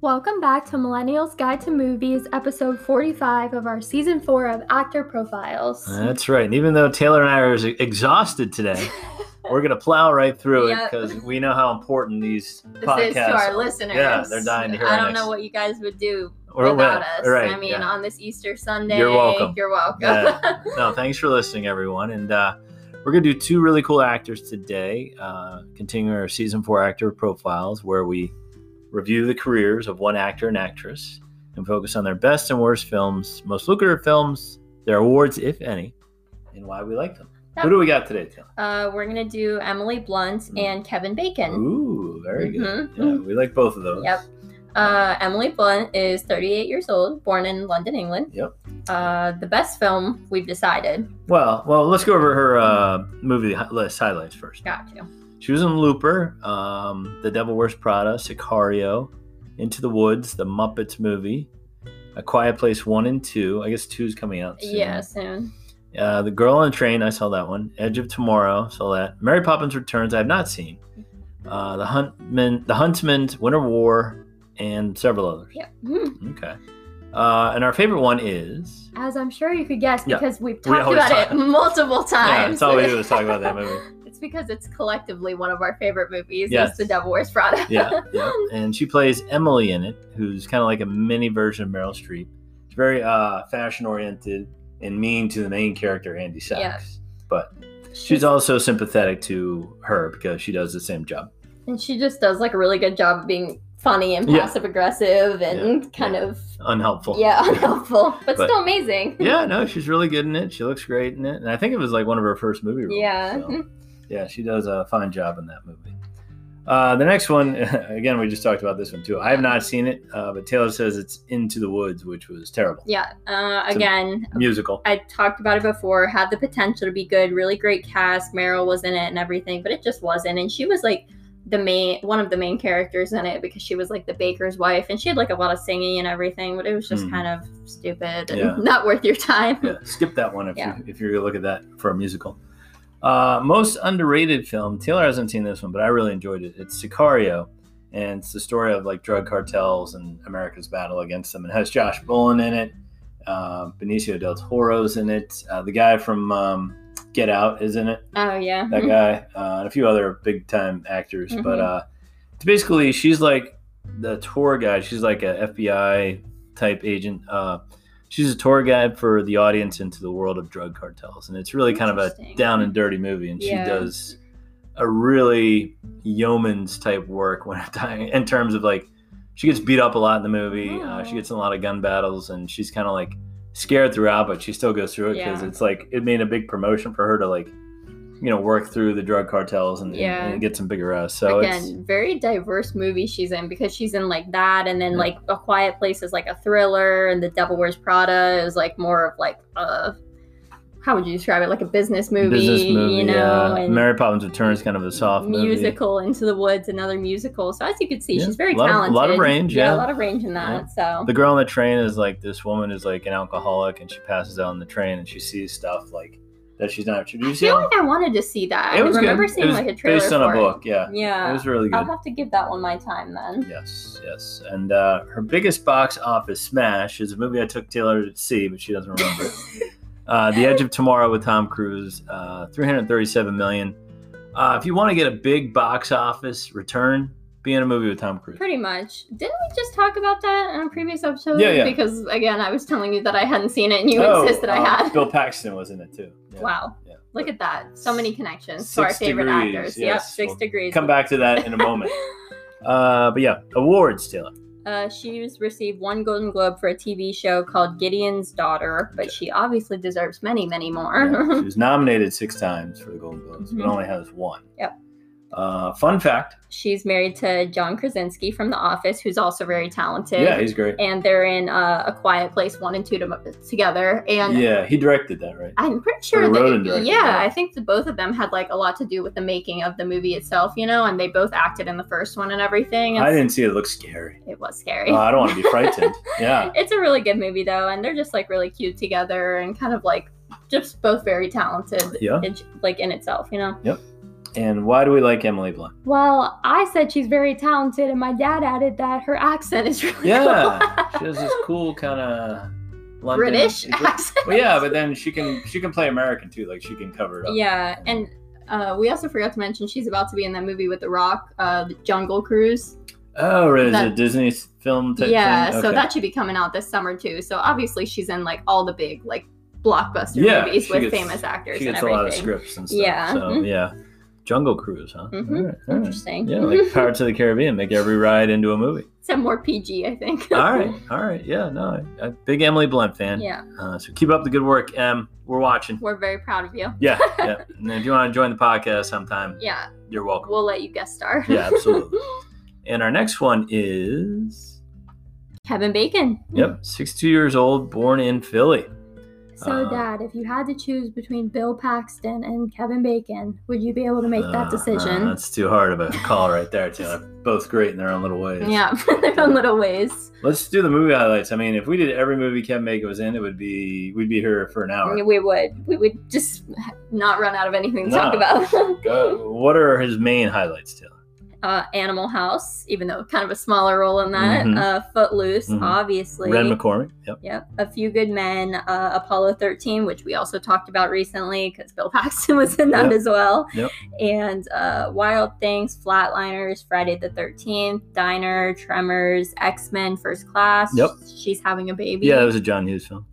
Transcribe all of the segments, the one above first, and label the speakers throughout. Speaker 1: Welcome back to Millennials Guide to Movies, episode 45 of our season four of Actor Profiles.
Speaker 2: That's right. And even though Taylor and I are exhausted today, we're going to plow right through
Speaker 3: Yep.
Speaker 2: it because we know how important these
Speaker 3: This
Speaker 2: podcasts
Speaker 3: is to our
Speaker 2: are.
Speaker 3: listeners.
Speaker 2: Yeah, they're dying to hear
Speaker 3: I
Speaker 2: our
Speaker 3: don't
Speaker 2: next-
Speaker 3: know what you guys would do
Speaker 2: Or
Speaker 3: without
Speaker 2: what?
Speaker 3: us.
Speaker 2: Right,
Speaker 3: I mean, uh,
Speaker 2: yeah.
Speaker 3: on this Easter Sunday.
Speaker 2: You're welcome.
Speaker 3: You're welcome.
Speaker 2: Yeah. no, thanks for listening, everyone. And uh, we're going to do two really cool actors today, uh, continuing our season four actor profiles, where we review the careers of one actor and actress and focus on their best and worst films, most lucrative films, their awards, if any, and why we like them. Who do we got today, Taylor?
Speaker 3: uh, we're gonna do Emily Blunt
Speaker 2: Mm.
Speaker 3: and Kevin Bacon.
Speaker 2: Ooh, very good.
Speaker 3: Mhm.
Speaker 2: Yeah, we like both of those.
Speaker 3: Yep. Uh, Emily Blunt is 38 years old, born in London, England.
Speaker 2: Yep.
Speaker 3: Uh, the best film we've decided.
Speaker 2: Well, well, let's go over her uh, movie hi- list highlights first.
Speaker 3: Mm-hmm. Got to.
Speaker 2: She was in Looper, um, The Devil Wears Prada, Sicario, Into the Woods, The Muppets movie, A Quiet Place One and Two. I guess two's coming out. Soon.
Speaker 3: Yeah, soon.
Speaker 2: Uh, the Girl on the Train. I saw that one. Edge of Tomorrow. Saw that. Mary Poppins Returns. I have not seen.
Speaker 3: Mm-hmm.
Speaker 2: Uh, the Huntman, The Huntsman, Winter War, and several others.
Speaker 3: Yep. Mhm.
Speaker 2: Okay. Uh, and our favorite one is
Speaker 1: As I'm sure you could guess,
Speaker 2: Yeah.
Speaker 1: because we've
Speaker 2: We
Speaker 1: talked
Speaker 2: always
Speaker 1: about
Speaker 2: talk-
Speaker 1: it.
Speaker 3: Multiple
Speaker 2: Yeah,
Speaker 3: times.
Speaker 2: that's all we do is talk about that movie.
Speaker 3: It's because it's collectively one of our favorite movies.
Speaker 2: Yes.
Speaker 3: It's The Devil Wears Prada.
Speaker 2: Yeah, yeah. And she plays Emily in it, who's kind of like a mini version of Meryl Streep. She's very uh, fashion oriented and mean to the main character Andy Sachs.
Speaker 3: Yeah.
Speaker 2: But she's also sympathetic to her because she does the same job.
Speaker 3: And she just does like a really good job of being funny and
Speaker 2: Yeah.
Speaker 3: passive aggressive and kind
Speaker 2: yeah.
Speaker 3: of
Speaker 2: Unhelpful.
Speaker 3: yeah, unhelpful, but,
Speaker 2: But-
Speaker 3: still amazing.
Speaker 2: yeah, no, she's really good in it. She looks great in it, and I think it was like one of her first movie roles.
Speaker 3: Yeah.
Speaker 2: so, yeah, she does a fine job in that movie. Uh, the next one, again, we just talked about this one too. I have not seen it, uh, but Taylor says it's Into the Woods, which was terrible.
Speaker 3: Yeah. Uh,
Speaker 2: It's a-
Speaker 3: again,
Speaker 2: Musical.
Speaker 3: I talked about it before, had the potential to be good, really great cast. Meryl was in it and everything, but it just wasn't. And she was like the main one of the main characters in it because she was like the baker's wife and she had like a lot of singing and everything, but it was just
Speaker 2: Mhm.
Speaker 3: kind of stupid and
Speaker 2: Yeah.
Speaker 3: not worth your time.
Speaker 2: yeah, skip that one if,
Speaker 3: Yeah.
Speaker 2: you, if you're going to look at that for a musical. Uh, most underrated film. Taylor hasn't seen this one, but I really enjoyed it. It's Sicario, and it's the story of like drug cartels and America's battle against them. It has Josh Brolin in it, uh, Benicio del Toro's in it. Uh, the guy from um, Get Out is in it.
Speaker 3: Oh yeah. Mm-hmm.
Speaker 2: That guy uh, and a few other big time actors. But uh, it's basically she's like the tour guide. She's like a FBI type agent. Uh, she's a tour guide for the audience into the world of drug cartels, and it's really kind of a
Speaker 3: Interesting.
Speaker 2: down and dirty movie. And
Speaker 3: Yeah.
Speaker 2: she does a really yeoman's type work when in terms of like she gets beat up a lot in the movie. Uh, she
Speaker 3: Oh.
Speaker 2: gets in a lot of gun battles, and she's kind of like scared throughout, but she still goes through it because
Speaker 3: Yeah.
Speaker 2: it's like it made a big promotion for her to like you know work through the drug cartels and, and-
Speaker 3: Yeah.
Speaker 2: and get some bigger ass. So it's
Speaker 3: again very diverse movie she's in because she's in like that and then
Speaker 2: Yeah.
Speaker 3: like a quiet place is like a thriller and the devil wears prada is like more of like a how would you describe it like a business movie,
Speaker 2: business movie.
Speaker 3: you know
Speaker 2: yeah.
Speaker 3: and
Speaker 2: Mary Poppins Returns kind of a soft movie.
Speaker 3: musical into the woods another musical so as you can see
Speaker 2: Yeah,
Speaker 3: she's very
Speaker 2: lot of-
Speaker 3: talented
Speaker 2: lot of range, yeah.
Speaker 3: a lot of range in that so
Speaker 2: The girl on the train is like this woman is like an alcoholic and she passes out on the train and she sees stuff like that she's not. Did you
Speaker 3: i
Speaker 2: see?
Speaker 3: feel
Speaker 2: that?
Speaker 3: like i wanted to see that
Speaker 2: It was
Speaker 3: i remember
Speaker 2: good.
Speaker 3: seeing
Speaker 2: it was
Speaker 3: like a trailer
Speaker 2: based on
Speaker 3: for
Speaker 2: a book. Yeah.
Speaker 3: it. yeah
Speaker 2: it was really
Speaker 3: i'll
Speaker 2: good.
Speaker 3: have to give that one my time then
Speaker 2: Yes, yes. And uh, her biggest box office smash is a movie I took Taylor to see, but she doesn't remember. it. uh, the Edge of Tomorrow with Tom Cruise, uh, 337 million. Uh, if you want to get a big box office return, be in a movie with Tom Cruise.
Speaker 3: Pretty much. Didn't we just talk about that in a previous episode?
Speaker 2: Yeah, yeah.
Speaker 3: Because again, I was telling you that I hadn't seen it, and you
Speaker 2: Oh,
Speaker 3: insist that I
Speaker 2: uh,
Speaker 3: had.
Speaker 2: Bill Paxton was in it too. Yeah,
Speaker 3: Wow,
Speaker 2: yeah.
Speaker 3: look at that! So many connections to our
Speaker 2: Six
Speaker 3: favorite
Speaker 2: degrees,
Speaker 3: actors.
Speaker 2: yes.
Speaker 3: Yep, 6
Speaker 2: We'll
Speaker 3: degrees.
Speaker 2: Come back to that in a moment. Uh, but yeah, awards, Taylor.
Speaker 3: Uh, she's received one Golden Globe for a TV show called Gideon's Daughter, but she obviously deserves many, many
Speaker 2: Yeah,
Speaker 3: more.
Speaker 2: she was nominated six times for the Golden Globes,
Speaker 3: Mhm.
Speaker 2: but only has one.
Speaker 3: Yep.
Speaker 2: Uh, fun fact.
Speaker 3: She's married to John Krasinski from The Office, who's also very talented.
Speaker 2: Yeah, he's great.
Speaker 3: and they're in uh, a Quiet Place one and two to- together, and
Speaker 2: yeah, he directed that, right?
Speaker 3: I'm pretty sure
Speaker 2: wrote and
Speaker 3: that
Speaker 2: directed,
Speaker 3: yeah,
Speaker 2: yeah.
Speaker 3: I think the both of them had like a lot to do with the making of the movie itself, you know, and they both acted in the first one and everything.
Speaker 2: I
Speaker 3: It's-
Speaker 2: didn't see it. It looks scary.
Speaker 3: It was scary.
Speaker 2: Oh, I don't want to be frightened. Yeah.
Speaker 3: It's a really good movie though, and they're just like really cute together and kind of like just both very talented,
Speaker 2: Yeah.
Speaker 3: in, like in itself, you know.
Speaker 2: And why do we like Emily Blunt?
Speaker 1: Well, I said she's very talented, and my dad added that her accent is really
Speaker 2: Yeah,
Speaker 1: cool.
Speaker 2: she has this cool kind of
Speaker 3: British accent.
Speaker 2: Well, yeah, but then she can she can play American too. Like she can cover it up.
Speaker 3: Yeah, and uh, we also forgot to mention she's about to be in that movie with The Rock, uh, the Jungle Cruise.
Speaker 2: Oh, right, is
Speaker 3: That-
Speaker 2: it Disney film? Type
Speaker 3: yeah,
Speaker 2: thing?
Speaker 3: so
Speaker 2: Okay.
Speaker 3: that should be coming out this summer too. So obviously she's in like all the big like blockbuster
Speaker 2: Yeah,
Speaker 3: movies
Speaker 2: she
Speaker 3: with
Speaker 2: gets-
Speaker 3: famous actors
Speaker 2: she
Speaker 3: and
Speaker 2: gets a
Speaker 3: everything.
Speaker 2: lot of scripts and stuff.
Speaker 3: Yeah.
Speaker 2: So
Speaker 3: Mhm.
Speaker 2: yeah, Jungle Cruise, huh?
Speaker 3: Mhm.
Speaker 2: All right, all right.
Speaker 3: Interesting.
Speaker 2: Yeah, like Pirates of the Caribbean, make every ride into a movie.
Speaker 3: Some more PG, I think.
Speaker 2: All right, all right, yeah, no, I, I, big Emily Blunt fan.
Speaker 3: yeah,
Speaker 2: Uh, so keep up the good work, Em. We're watching.
Speaker 3: we're very proud of you.
Speaker 2: Yeah, yeah. And if you want to join the podcast sometime,
Speaker 3: Yeah,
Speaker 2: you're welcome.
Speaker 3: we'll let you guest star.
Speaker 2: Yeah, absolutely. And our next one is
Speaker 3: Kevin Bacon.
Speaker 2: yep, 62 years old, born in Philly.
Speaker 1: so,
Speaker 2: Uh,
Speaker 1: Dad, if you had to choose between Bill Paxton and Kevin Bacon, would you be able to make
Speaker 2: Uh,
Speaker 1: that decision?
Speaker 2: uh, that's too hard of a call right there, Taylor. Both great in their own little ways.
Speaker 3: Yeah, their own little ways.
Speaker 2: Let's do the movie highlights. I mean, if we did every movie Kevin Bacon was in, it would be we'd be here for an hour.
Speaker 3: We would, we would just not run out of anything to
Speaker 2: No.
Speaker 3: talk about.
Speaker 2: Uh, what are his main highlights, Taylor?
Speaker 3: uh, Animal House, even though kind of a smaller role in that.
Speaker 2: Mhm.
Speaker 3: Uh, Footloose,
Speaker 2: Mhm.
Speaker 3: obviously.
Speaker 2: Red McCormick. Yep.
Speaker 3: Yep, A Few Good Men, uh, Apollo 13, which we also talked about recently because Bill Paxton was in that
Speaker 2: Yep.
Speaker 3: as well.
Speaker 2: Yep.
Speaker 3: And uh, Wild Things, Flatliners, Friday the 13th, Diner, Tremors, X Men, First Class.
Speaker 2: Yep.
Speaker 3: She's having a baby.
Speaker 2: Yeah, that was a John Hughes film.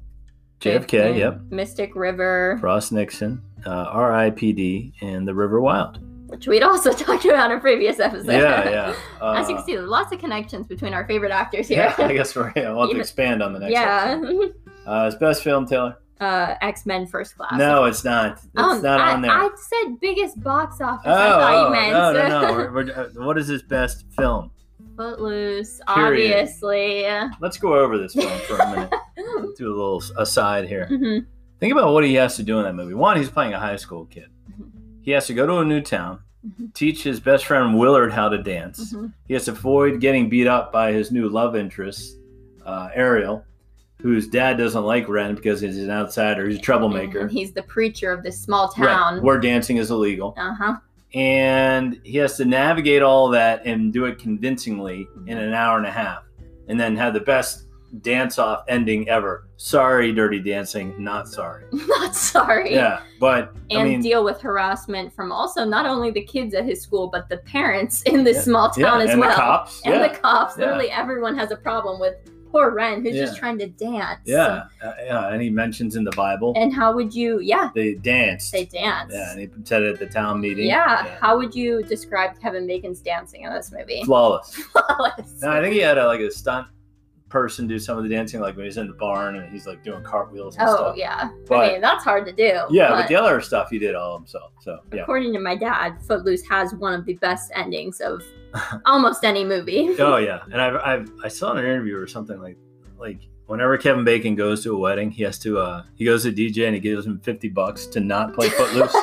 Speaker 2: JFK.
Speaker 3: Fifth
Speaker 2: Yep.
Speaker 3: Men, Mystic River,
Speaker 2: Ross Nixon, uh, R.I.P.D. and The River Wild.
Speaker 3: which we'd also talked about in a previous episode.
Speaker 2: Yeah, yeah. Uh,
Speaker 3: As you can see, there's lots of connections between our favorite actors here.
Speaker 2: yeah, I guess we're. Yeah, we'll have to
Speaker 3: Even-
Speaker 2: expand on the next.
Speaker 3: yeah.
Speaker 2: episode. Uh, his best film, Taylor.
Speaker 3: uh, X Men First Class.
Speaker 2: No, it's not. It's
Speaker 3: Um,
Speaker 2: not
Speaker 1: I,
Speaker 2: on there.
Speaker 1: I said biggest box office.
Speaker 2: oh,
Speaker 1: I thought
Speaker 2: oh,
Speaker 1: you meant.
Speaker 2: no, no, no. We're, we're, uh, what is his best film?
Speaker 3: Footloose,
Speaker 2: Period.
Speaker 3: obviously.
Speaker 2: Let's go over this film for a minute. do a little s- aside here.
Speaker 3: Mhm.
Speaker 2: Think about what he has to do in that movie. One, he's playing a high school kid.
Speaker 3: Mhm.
Speaker 2: He has to go to a new town,
Speaker 3: Mhm.
Speaker 2: teach his best friend Willard how to dance.
Speaker 3: Mhm.
Speaker 2: He has to avoid getting beat up by his new love interest, uh, Ariel, whose dad doesn't like Ren because he's an outsider. He's a troublemaker.
Speaker 3: And he's the preacher of this small
Speaker 2: Right,
Speaker 3: town.
Speaker 2: where dancing is illegal.
Speaker 3: Uh huh.
Speaker 2: And he has to navigate all that and do it convincingly in an hour and a half, and then have the best dance off ending ever. Sorry, Dirty Dancing, not sorry.
Speaker 3: Not sorry.
Speaker 2: Yeah, but
Speaker 3: And
Speaker 2: I mean,
Speaker 3: deal with harassment from also not only the kids at his school, but the parents in this
Speaker 2: Yeah.
Speaker 3: small
Speaker 2: yeah,
Speaker 3: town
Speaker 2: and
Speaker 3: as
Speaker 2: the
Speaker 3: well.
Speaker 2: cops,
Speaker 3: And
Speaker 2: yeah,
Speaker 3: the cops.
Speaker 2: Yeah.
Speaker 3: Literally everyone has a problem with poor Ren who's just
Speaker 2: Yeah.
Speaker 3: trying to dance.
Speaker 2: yeah, uh, yeah, and he mentions in the Bible
Speaker 3: And how would you, yeah,
Speaker 2: they danced.
Speaker 3: they dance.
Speaker 2: yeah, and he said it at the town meeting.
Speaker 3: Yeah. How would you describe Kevin Bacon's dancing in this movie?
Speaker 2: flawless.
Speaker 3: Flawless.
Speaker 2: No, I think he had a, like a stunt person do some of the dancing, like when he's in the barn and he's like doing cartwheels and
Speaker 3: oh
Speaker 2: stuff.
Speaker 3: yeah.
Speaker 2: But-
Speaker 3: I mean, that's hard to do.
Speaker 2: Yeah, but, the other stuff he did all himself. So yeah.
Speaker 3: according to my dad, Footloose has one of the best endings of almost any movie.
Speaker 2: Oh yeah, and I've, I've I saw in an interview or something like like whenever Kevin Bacon goes to a wedding, he has to uh he goes to DJ and he gives him fifty bucks to not play Footloose.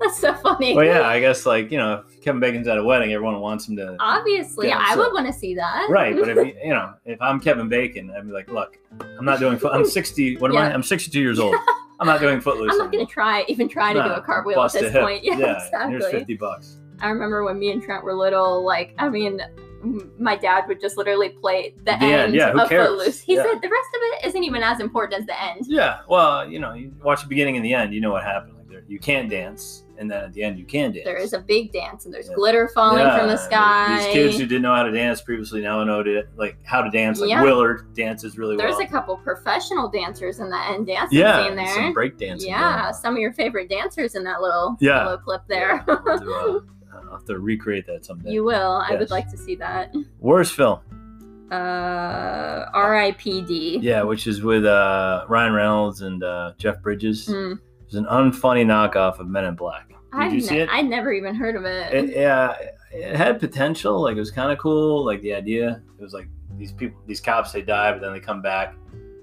Speaker 3: that's so funny.
Speaker 2: well, yeah, I guess like you know, if Kevin Bacon's at a wedding, everyone wants him to.
Speaker 3: Obviously,
Speaker 2: Yeah,
Speaker 3: I
Speaker 2: so-
Speaker 3: would want to see that.
Speaker 2: Right, but if you, you know, if I'm Kevin Bacon, I'd be like, look, I'm not doing. Foot- I'm 60. What am I?
Speaker 3: Yeah.
Speaker 2: I'm 62 years old. I'm not doing Footloose.
Speaker 3: I'm not gonna
Speaker 2: anymore.
Speaker 3: try even try to do
Speaker 2: Nah,
Speaker 3: a cartwheel at
Speaker 2: bust a
Speaker 3: this
Speaker 2: hip.
Speaker 3: point. Yeah,
Speaker 2: Here's
Speaker 3: exactly.
Speaker 2: 50 bucks.
Speaker 3: I remember when me and Trent were little. Like, I mean, m- my dad would just literally play the,
Speaker 2: The end, yeah, who
Speaker 3: of
Speaker 2: cares?
Speaker 3: Footloose. He
Speaker 2: Yeah.
Speaker 3: said the rest of it isn't even as important as the end.
Speaker 2: Yeah. Well, you know, you watch the beginning and the end. You know what happened. Like there, you can't dance, and then at the end, you can dance.
Speaker 3: There is a big dance and there's
Speaker 2: Yeah.
Speaker 3: glitter falling from the sky.
Speaker 2: These kids who didn't know how to dance previously now know to, like how to dance. Like
Speaker 3: Yeah.
Speaker 2: Willard dances really
Speaker 3: There's
Speaker 2: well.
Speaker 3: a couple professional dancers in that end dancing
Speaker 2: yeah,
Speaker 3: scene there.
Speaker 2: some break dancing. going
Speaker 3: yeah,
Speaker 2: on.
Speaker 3: some of your favorite dancers in that little,
Speaker 2: Yeah.
Speaker 3: little clip there.
Speaker 2: Yeah, I'll, have to, uh, I'll have to recreate that someday.
Speaker 3: you will. I
Speaker 2: Yes.
Speaker 3: would like to see that.
Speaker 2: Worst film.
Speaker 3: Uh, R.I.P.D.
Speaker 2: Yeah, which is with uh, Ryan Reynolds and uh, Jeff Bridges.
Speaker 3: Mm.
Speaker 2: It's an unfunny knockoff of Men in Black. Did
Speaker 3: I've
Speaker 2: you see
Speaker 3: ne-
Speaker 2: it?
Speaker 3: I never even heard of it.
Speaker 2: It- Yeah, it had potential. Like it was kind of cool. Like the idea, it was like these people, these cops, they die, but then they come back.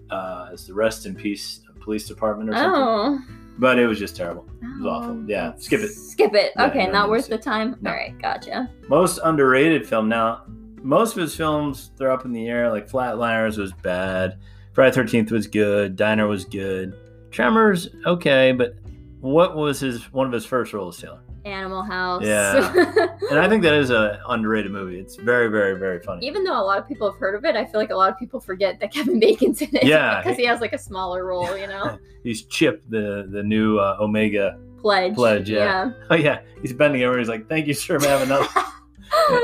Speaker 2: Uh, it's the rest in peace police department or something.
Speaker 3: oh.
Speaker 2: But it was just terrible. was
Speaker 3: Oh.
Speaker 2: awful. Yeah, skip it.
Speaker 3: Skip it.
Speaker 2: Yeah, you
Speaker 3: okay,
Speaker 2: don't need
Speaker 3: not
Speaker 2: to
Speaker 3: worth
Speaker 2: see
Speaker 3: the time.
Speaker 2: No.
Speaker 3: All right, gotcha.
Speaker 2: Most underrated film. Now, most of his films they're up in the air. Like Flatliners was bad. Friday Thirteenth was good. Diner was good. Tremors okay, but what was his one of his first roles, Taylor?
Speaker 3: Animal House.
Speaker 2: Yeah. And I think that is an underrated movie. It's very, very, very funny.
Speaker 3: Even though a lot of people have heard of it, I feel like a lot of people forget that Kevin Bacon's in it.
Speaker 2: Yeah.
Speaker 3: Because he has like a smaller role, you know?
Speaker 2: He's Chip, the the new uh, Omega.
Speaker 3: Pledge.
Speaker 2: Pledge, yeah. Oh yeah, he's bending over. He's like, "Thank you, sir, for having another."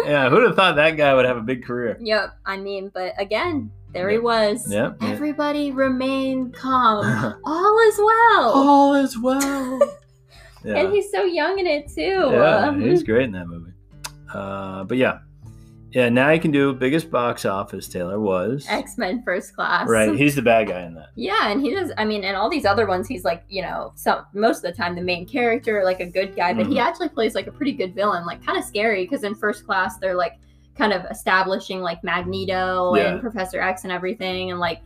Speaker 2: yeah, who'd have thought that guy would have a big career?
Speaker 3: Yep. I mean, but again, there he was.
Speaker 2: Yep.
Speaker 3: Everybody remain calm. All is well.
Speaker 2: All is well. Oh, yeah.
Speaker 3: And he's so young in it too.
Speaker 2: Yeah,
Speaker 3: Um,
Speaker 2: he's great in that movie. Uh, but yeah, yeah. Now you can do biggest box office. Taylor was
Speaker 3: X Men First Class.
Speaker 2: right. He's the bad guy in that.
Speaker 3: Yeah, and he does. I mean, and all these other ones, he's like, you know, some most of the time the main character, like a good guy, but he
Speaker 2: Mm-hmm.
Speaker 3: actually plays like a pretty good villain, like kind of scary. Because in First Class, they're like kind of establishing like Magneto
Speaker 2: Yeah.
Speaker 3: and Professor X and everything, and like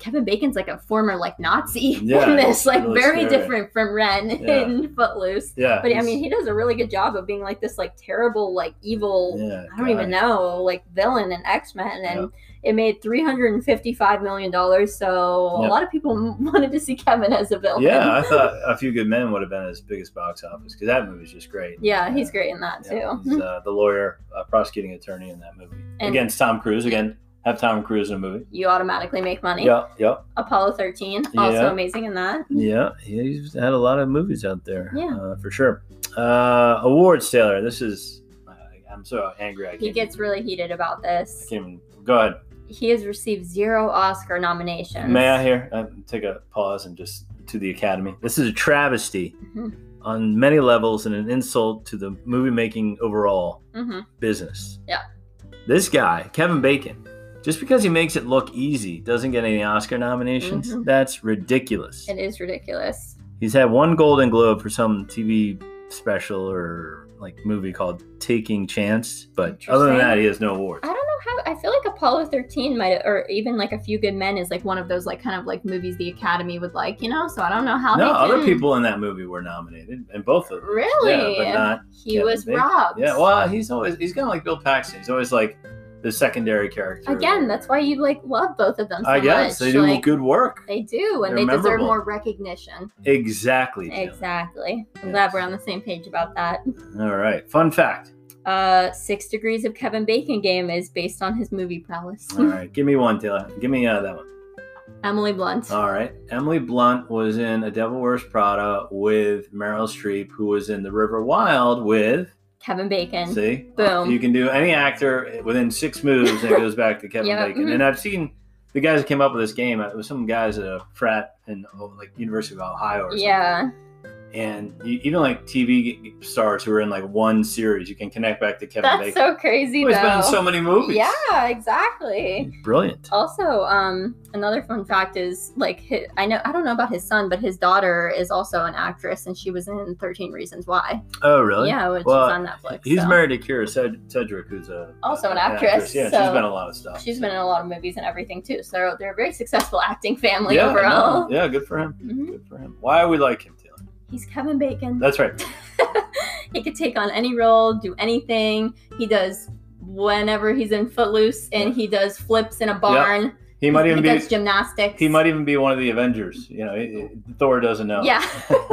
Speaker 3: Kevin Bacon's like a former like Nazi
Speaker 2: Yeah,
Speaker 3: in this,
Speaker 2: it's
Speaker 3: like
Speaker 2: really
Speaker 3: very
Speaker 2: scary.
Speaker 3: different from Ren
Speaker 2: Yeah.
Speaker 3: in Footloose.
Speaker 2: Yeah.
Speaker 3: But I
Speaker 2: he's-
Speaker 3: mean, he does a really good job of being like this like terrible, like evil,
Speaker 2: yeah,
Speaker 3: I don't even know, like villain in X Men, and it made three hundred and fifty-five million dollars. So
Speaker 2: Yeah.
Speaker 3: a lot of people m- wanted to see Kevin as a villain.
Speaker 2: Yeah, I thought A Few Good Men would have been his biggest box office because that movie's just great.
Speaker 3: yeah, he's great in that
Speaker 2: Yeah,
Speaker 3: too. Mm-hmm.
Speaker 2: he's uh, the lawyer, uh, prosecuting attorney in that movie
Speaker 3: And-
Speaker 2: against Tom Cruise. Again, have Tom Cruise in a movie.
Speaker 3: You automatically make money.
Speaker 2: Yep, yep,
Speaker 3: Apollo thirteen, also
Speaker 2: Yeah.
Speaker 3: amazing in that.
Speaker 2: yeah. He's had a lot of movies out there.
Speaker 3: Mm-hmm. Yeah.
Speaker 2: uh, for sure. Uh, awards, Taylor. This is. Uh, I'm so angry. I can't,
Speaker 3: He gets really heated about
Speaker 2: I
Speaker 3: this.
Speaker 2: can't even. Go ahead.
Speaker 3: He has received zero Oscar nominations.
Speaker 2: May I hear? Uh, take a pause and just to the Academy. This is a travesty
Speaker 3: Mhm.
Speaker 2: on many levels and an insult to the movie making overall.
Speaker 3: Mhm.
Speaker 2: business.
Speaker 3: Yeah.
Speaker 2: This guy, Kevin Bacon, just because he makes it look easy, doesn't get any Oscar nominations.
Speaker 3: Mhm.
Speaker 2: That's ridiculous.
Speaker 3: It is ridiculous.
Speaker 2: He's had one Golden Globe for some TV special or like movie called Taking Chance, but other than
Speaker 3: Interesting.
Speaker 2: that, he has no awards.
Speaker 3: I don't know how. I feel like Apollo 13 might, or even like A Few Good Men, is like one of those like kind of like movies the Academy would like, you know. So I don't know how.
Speaker 2: No,
Speaker 3: they
Speaker 2: other
Speaker 3: can-
Speaker 2: people in that movie were nominated, and both of them.
Speaker 3: Really?
Speaker 2: Yeah, but not.
Speaker 3: He
Speaker 2: Kevin
Speaker 3: was
Speaker 2: Bacon.
Speaker 3: robbed.
Speaker 2: Yeah, well, he's always he's kind of like Bill Paxton. He's always like the secondary character.
Speaker 3: Again, that's why you like love both of them. So
Speaker 2: I guess
Speaker 3: much.
Speaker 2: they do
Speaker 3: Like,
Speaker 2: good work.
Speaker 3: They do, and
Speaker 2: They're
Speaker 3: they deserve
Speaker 2: memorable.
Speaker 3: more recognition.
Speaker 2: Exactly. Jim.
Speaker 3: Exactly. I'm
Speaker 2: Yes.
Speaker 3: glad we're on the same page about that.
Speaker 2: All right. Fun fact.
Speaker 3: Uh, Six Degrees of Kevin Bacon game is based on his movie prowess.
Speaker 2: All right, give me one, Taylor. Give me uh, that one.
Speaker 3: Emily Blunt.
Speaker 2: All right, Emily Blunt was in A Devil Wears Prada with Meryl Streep, who was in The River Wild with.
Speaker 3: Kevin Bacon.
Speaker 2: See,
Speaker 3: Boom.
Speaker 2: you can do any actor within six moves, and it goes back to Kevin
Speaker 3: Yeah,
Speaker 2: Bacon.
Speaker 3: mhm.
Speaker 2: And I've seen the guys that came up with this game. It was some guys at a frat in oh, like University of Ohio or something.
Speaker 3: yeah.
Speaker 2: And you, even like TV stars who are in like one series, you can connect back to Kevin
Speaker 3: That's
Speaker 2: Bacon.
Speaker 3: so crazy,
Speaker 2: Oh, he's been
Speaker 3: though.
Speaker 2: in so many movies.
Speaker 3: yeah, exactly.
Speaker 2: brilliant.
Speaker 3: Also, um, another fun fact is like hi I know I don't know about his son, but his daughter is also an actress, and she was in Thirteen Reasons Why.
Speaker 2: Oh, really?
Speaker 3: Yeah, which
Speaker 2: Well,
Speaker 3: is on Netflix.
Speaker 2: He's
Speaker 3: so.
Speaker 2: married to Kira Sed- Sedgwick, who's a
Speaker 3: Also an actress,
Speaker 2: Yeah, she's
Speaker 3: so-
Speaker 2: been in a lot of stuff.
Speaker 3: She's been in a lot of movies and everything too, so they're a very successful acting family
Speaker 2: yeah,
Speaker 3: overall.
Speaker 2: no, yeah, good for him.
Speaker 3: Mhm.
Speaker 2: Good for him. Why we like him, Taylor?
Speaker 3: He's Kevin Bacon.
Speaker 2: That's right.
Speaker 3: he could take on any role, do anything. He does whenever he's in Footloose, and he does flips in a barn.
Speaker 2: He might even be.
Speaker 3: does gymnastics.
Speaker 2: He might even be one of the Avengers. You know, it- it- Thor doesn't know.
Speaker 3: Yeah,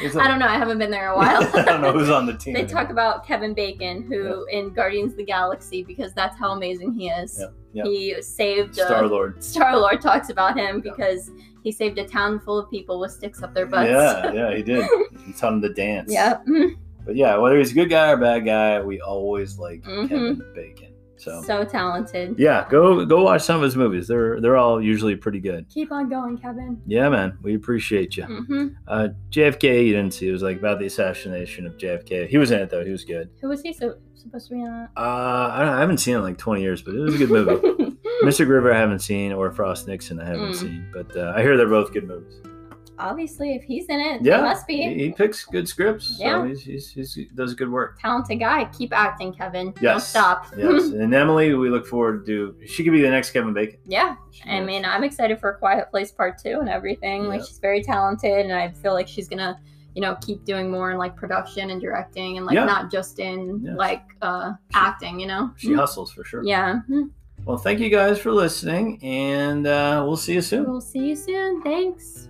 Speaker 2: He's
Speaker 3: I
Speaker 2: like-
Speaker 3: don't know. I haven't been there in a while.
Speaker 2: I don't know who's on the team.
Speaker 3: They talk about Kevin Bacon, who in Guardians of the Galaxy, because that's how amazing he is.
Speaker 2: Yep, yep.
Speaker 3: He saved
Speaker 2: Star
Speaker 3: uh,
Speaker 2: Lord.
Speaker 3: Star Lord talks about him
Speaker 2: Yeah.
Speaker 3: because he saved a town full of people with sticks up their butts.
Speaker 2: Yeah, yeah, he did. He taught him to dance.
Speaker 3: Yep. Mm.
Speaker 2: But yeah, whether he's a good guy or a bad guy, we always like
Speaker 3: Mhm.
Speaker 2: Kevin Bacon. So.
Speaker 3: So. talented.
Speaker 2: yeah, go go watch some of his movies. They're they're all usually pretty good.
Speaker 3: Keep on going, Kevin.
Speaker 2: Yeah, man, we appreciate you.
Speaker 3: hmm
Speaker 2: Uh, JFK, you didn't see. It was like about the assassination of JFK. He was in it though. He was good.
Speaker 3: Who was he so, supposed to be in that?
Speaker 2: Uh, I, don't, I haven't seen it in like 20 years, but it was a good movie. Mr. Griver, I haven't seen, or Frost Nixon, I haven't
Speaker 3: Mm.
Speaker 2: seen, but uh, I hear they're both good movies.
Speaker 3: Obviously, if he's in it,
Speaker 2: Yeah,
Speaker 3: he must be.
Speaker 2: He, he picks good scripts. Yeah,
Speaker 3: Yeah.
Speaker 2: so he's, he's, he's, he does good work.
Speaker 3: Talented guy. Keep acting, Kevin. Don't
Speaker 2: Yes.
Speaker 3: stop.
Speaker 2: Yes, and Emily, we look forward to. She could be the next Kevin Bacon.
Speaker 3: yeah.
Speaker 2: She
Speaker 3: I
Speaker 2: is.
Speaker 3: mean, I'm excited for Quiet Place Part Two and everything. Like,
Speaker 2: Yeah.
Speaker 3: she's very talented, and I feel like she's gonna, you know, keep doing more in like production and directing, and like
Speaker 2: Yeah.
Speaker 3: not just in
Speaker 2: Yes.
Speaker 3: like uh acting. You know.
Speaker 2: she hustles for sure.
Speaker 3: mm-hmm. Yeah. Mhm.
Speaker 2: Well, thank you guys for listening, and uh, we'll see you soon.
Speaker 3: We'll see you soon. Thanks.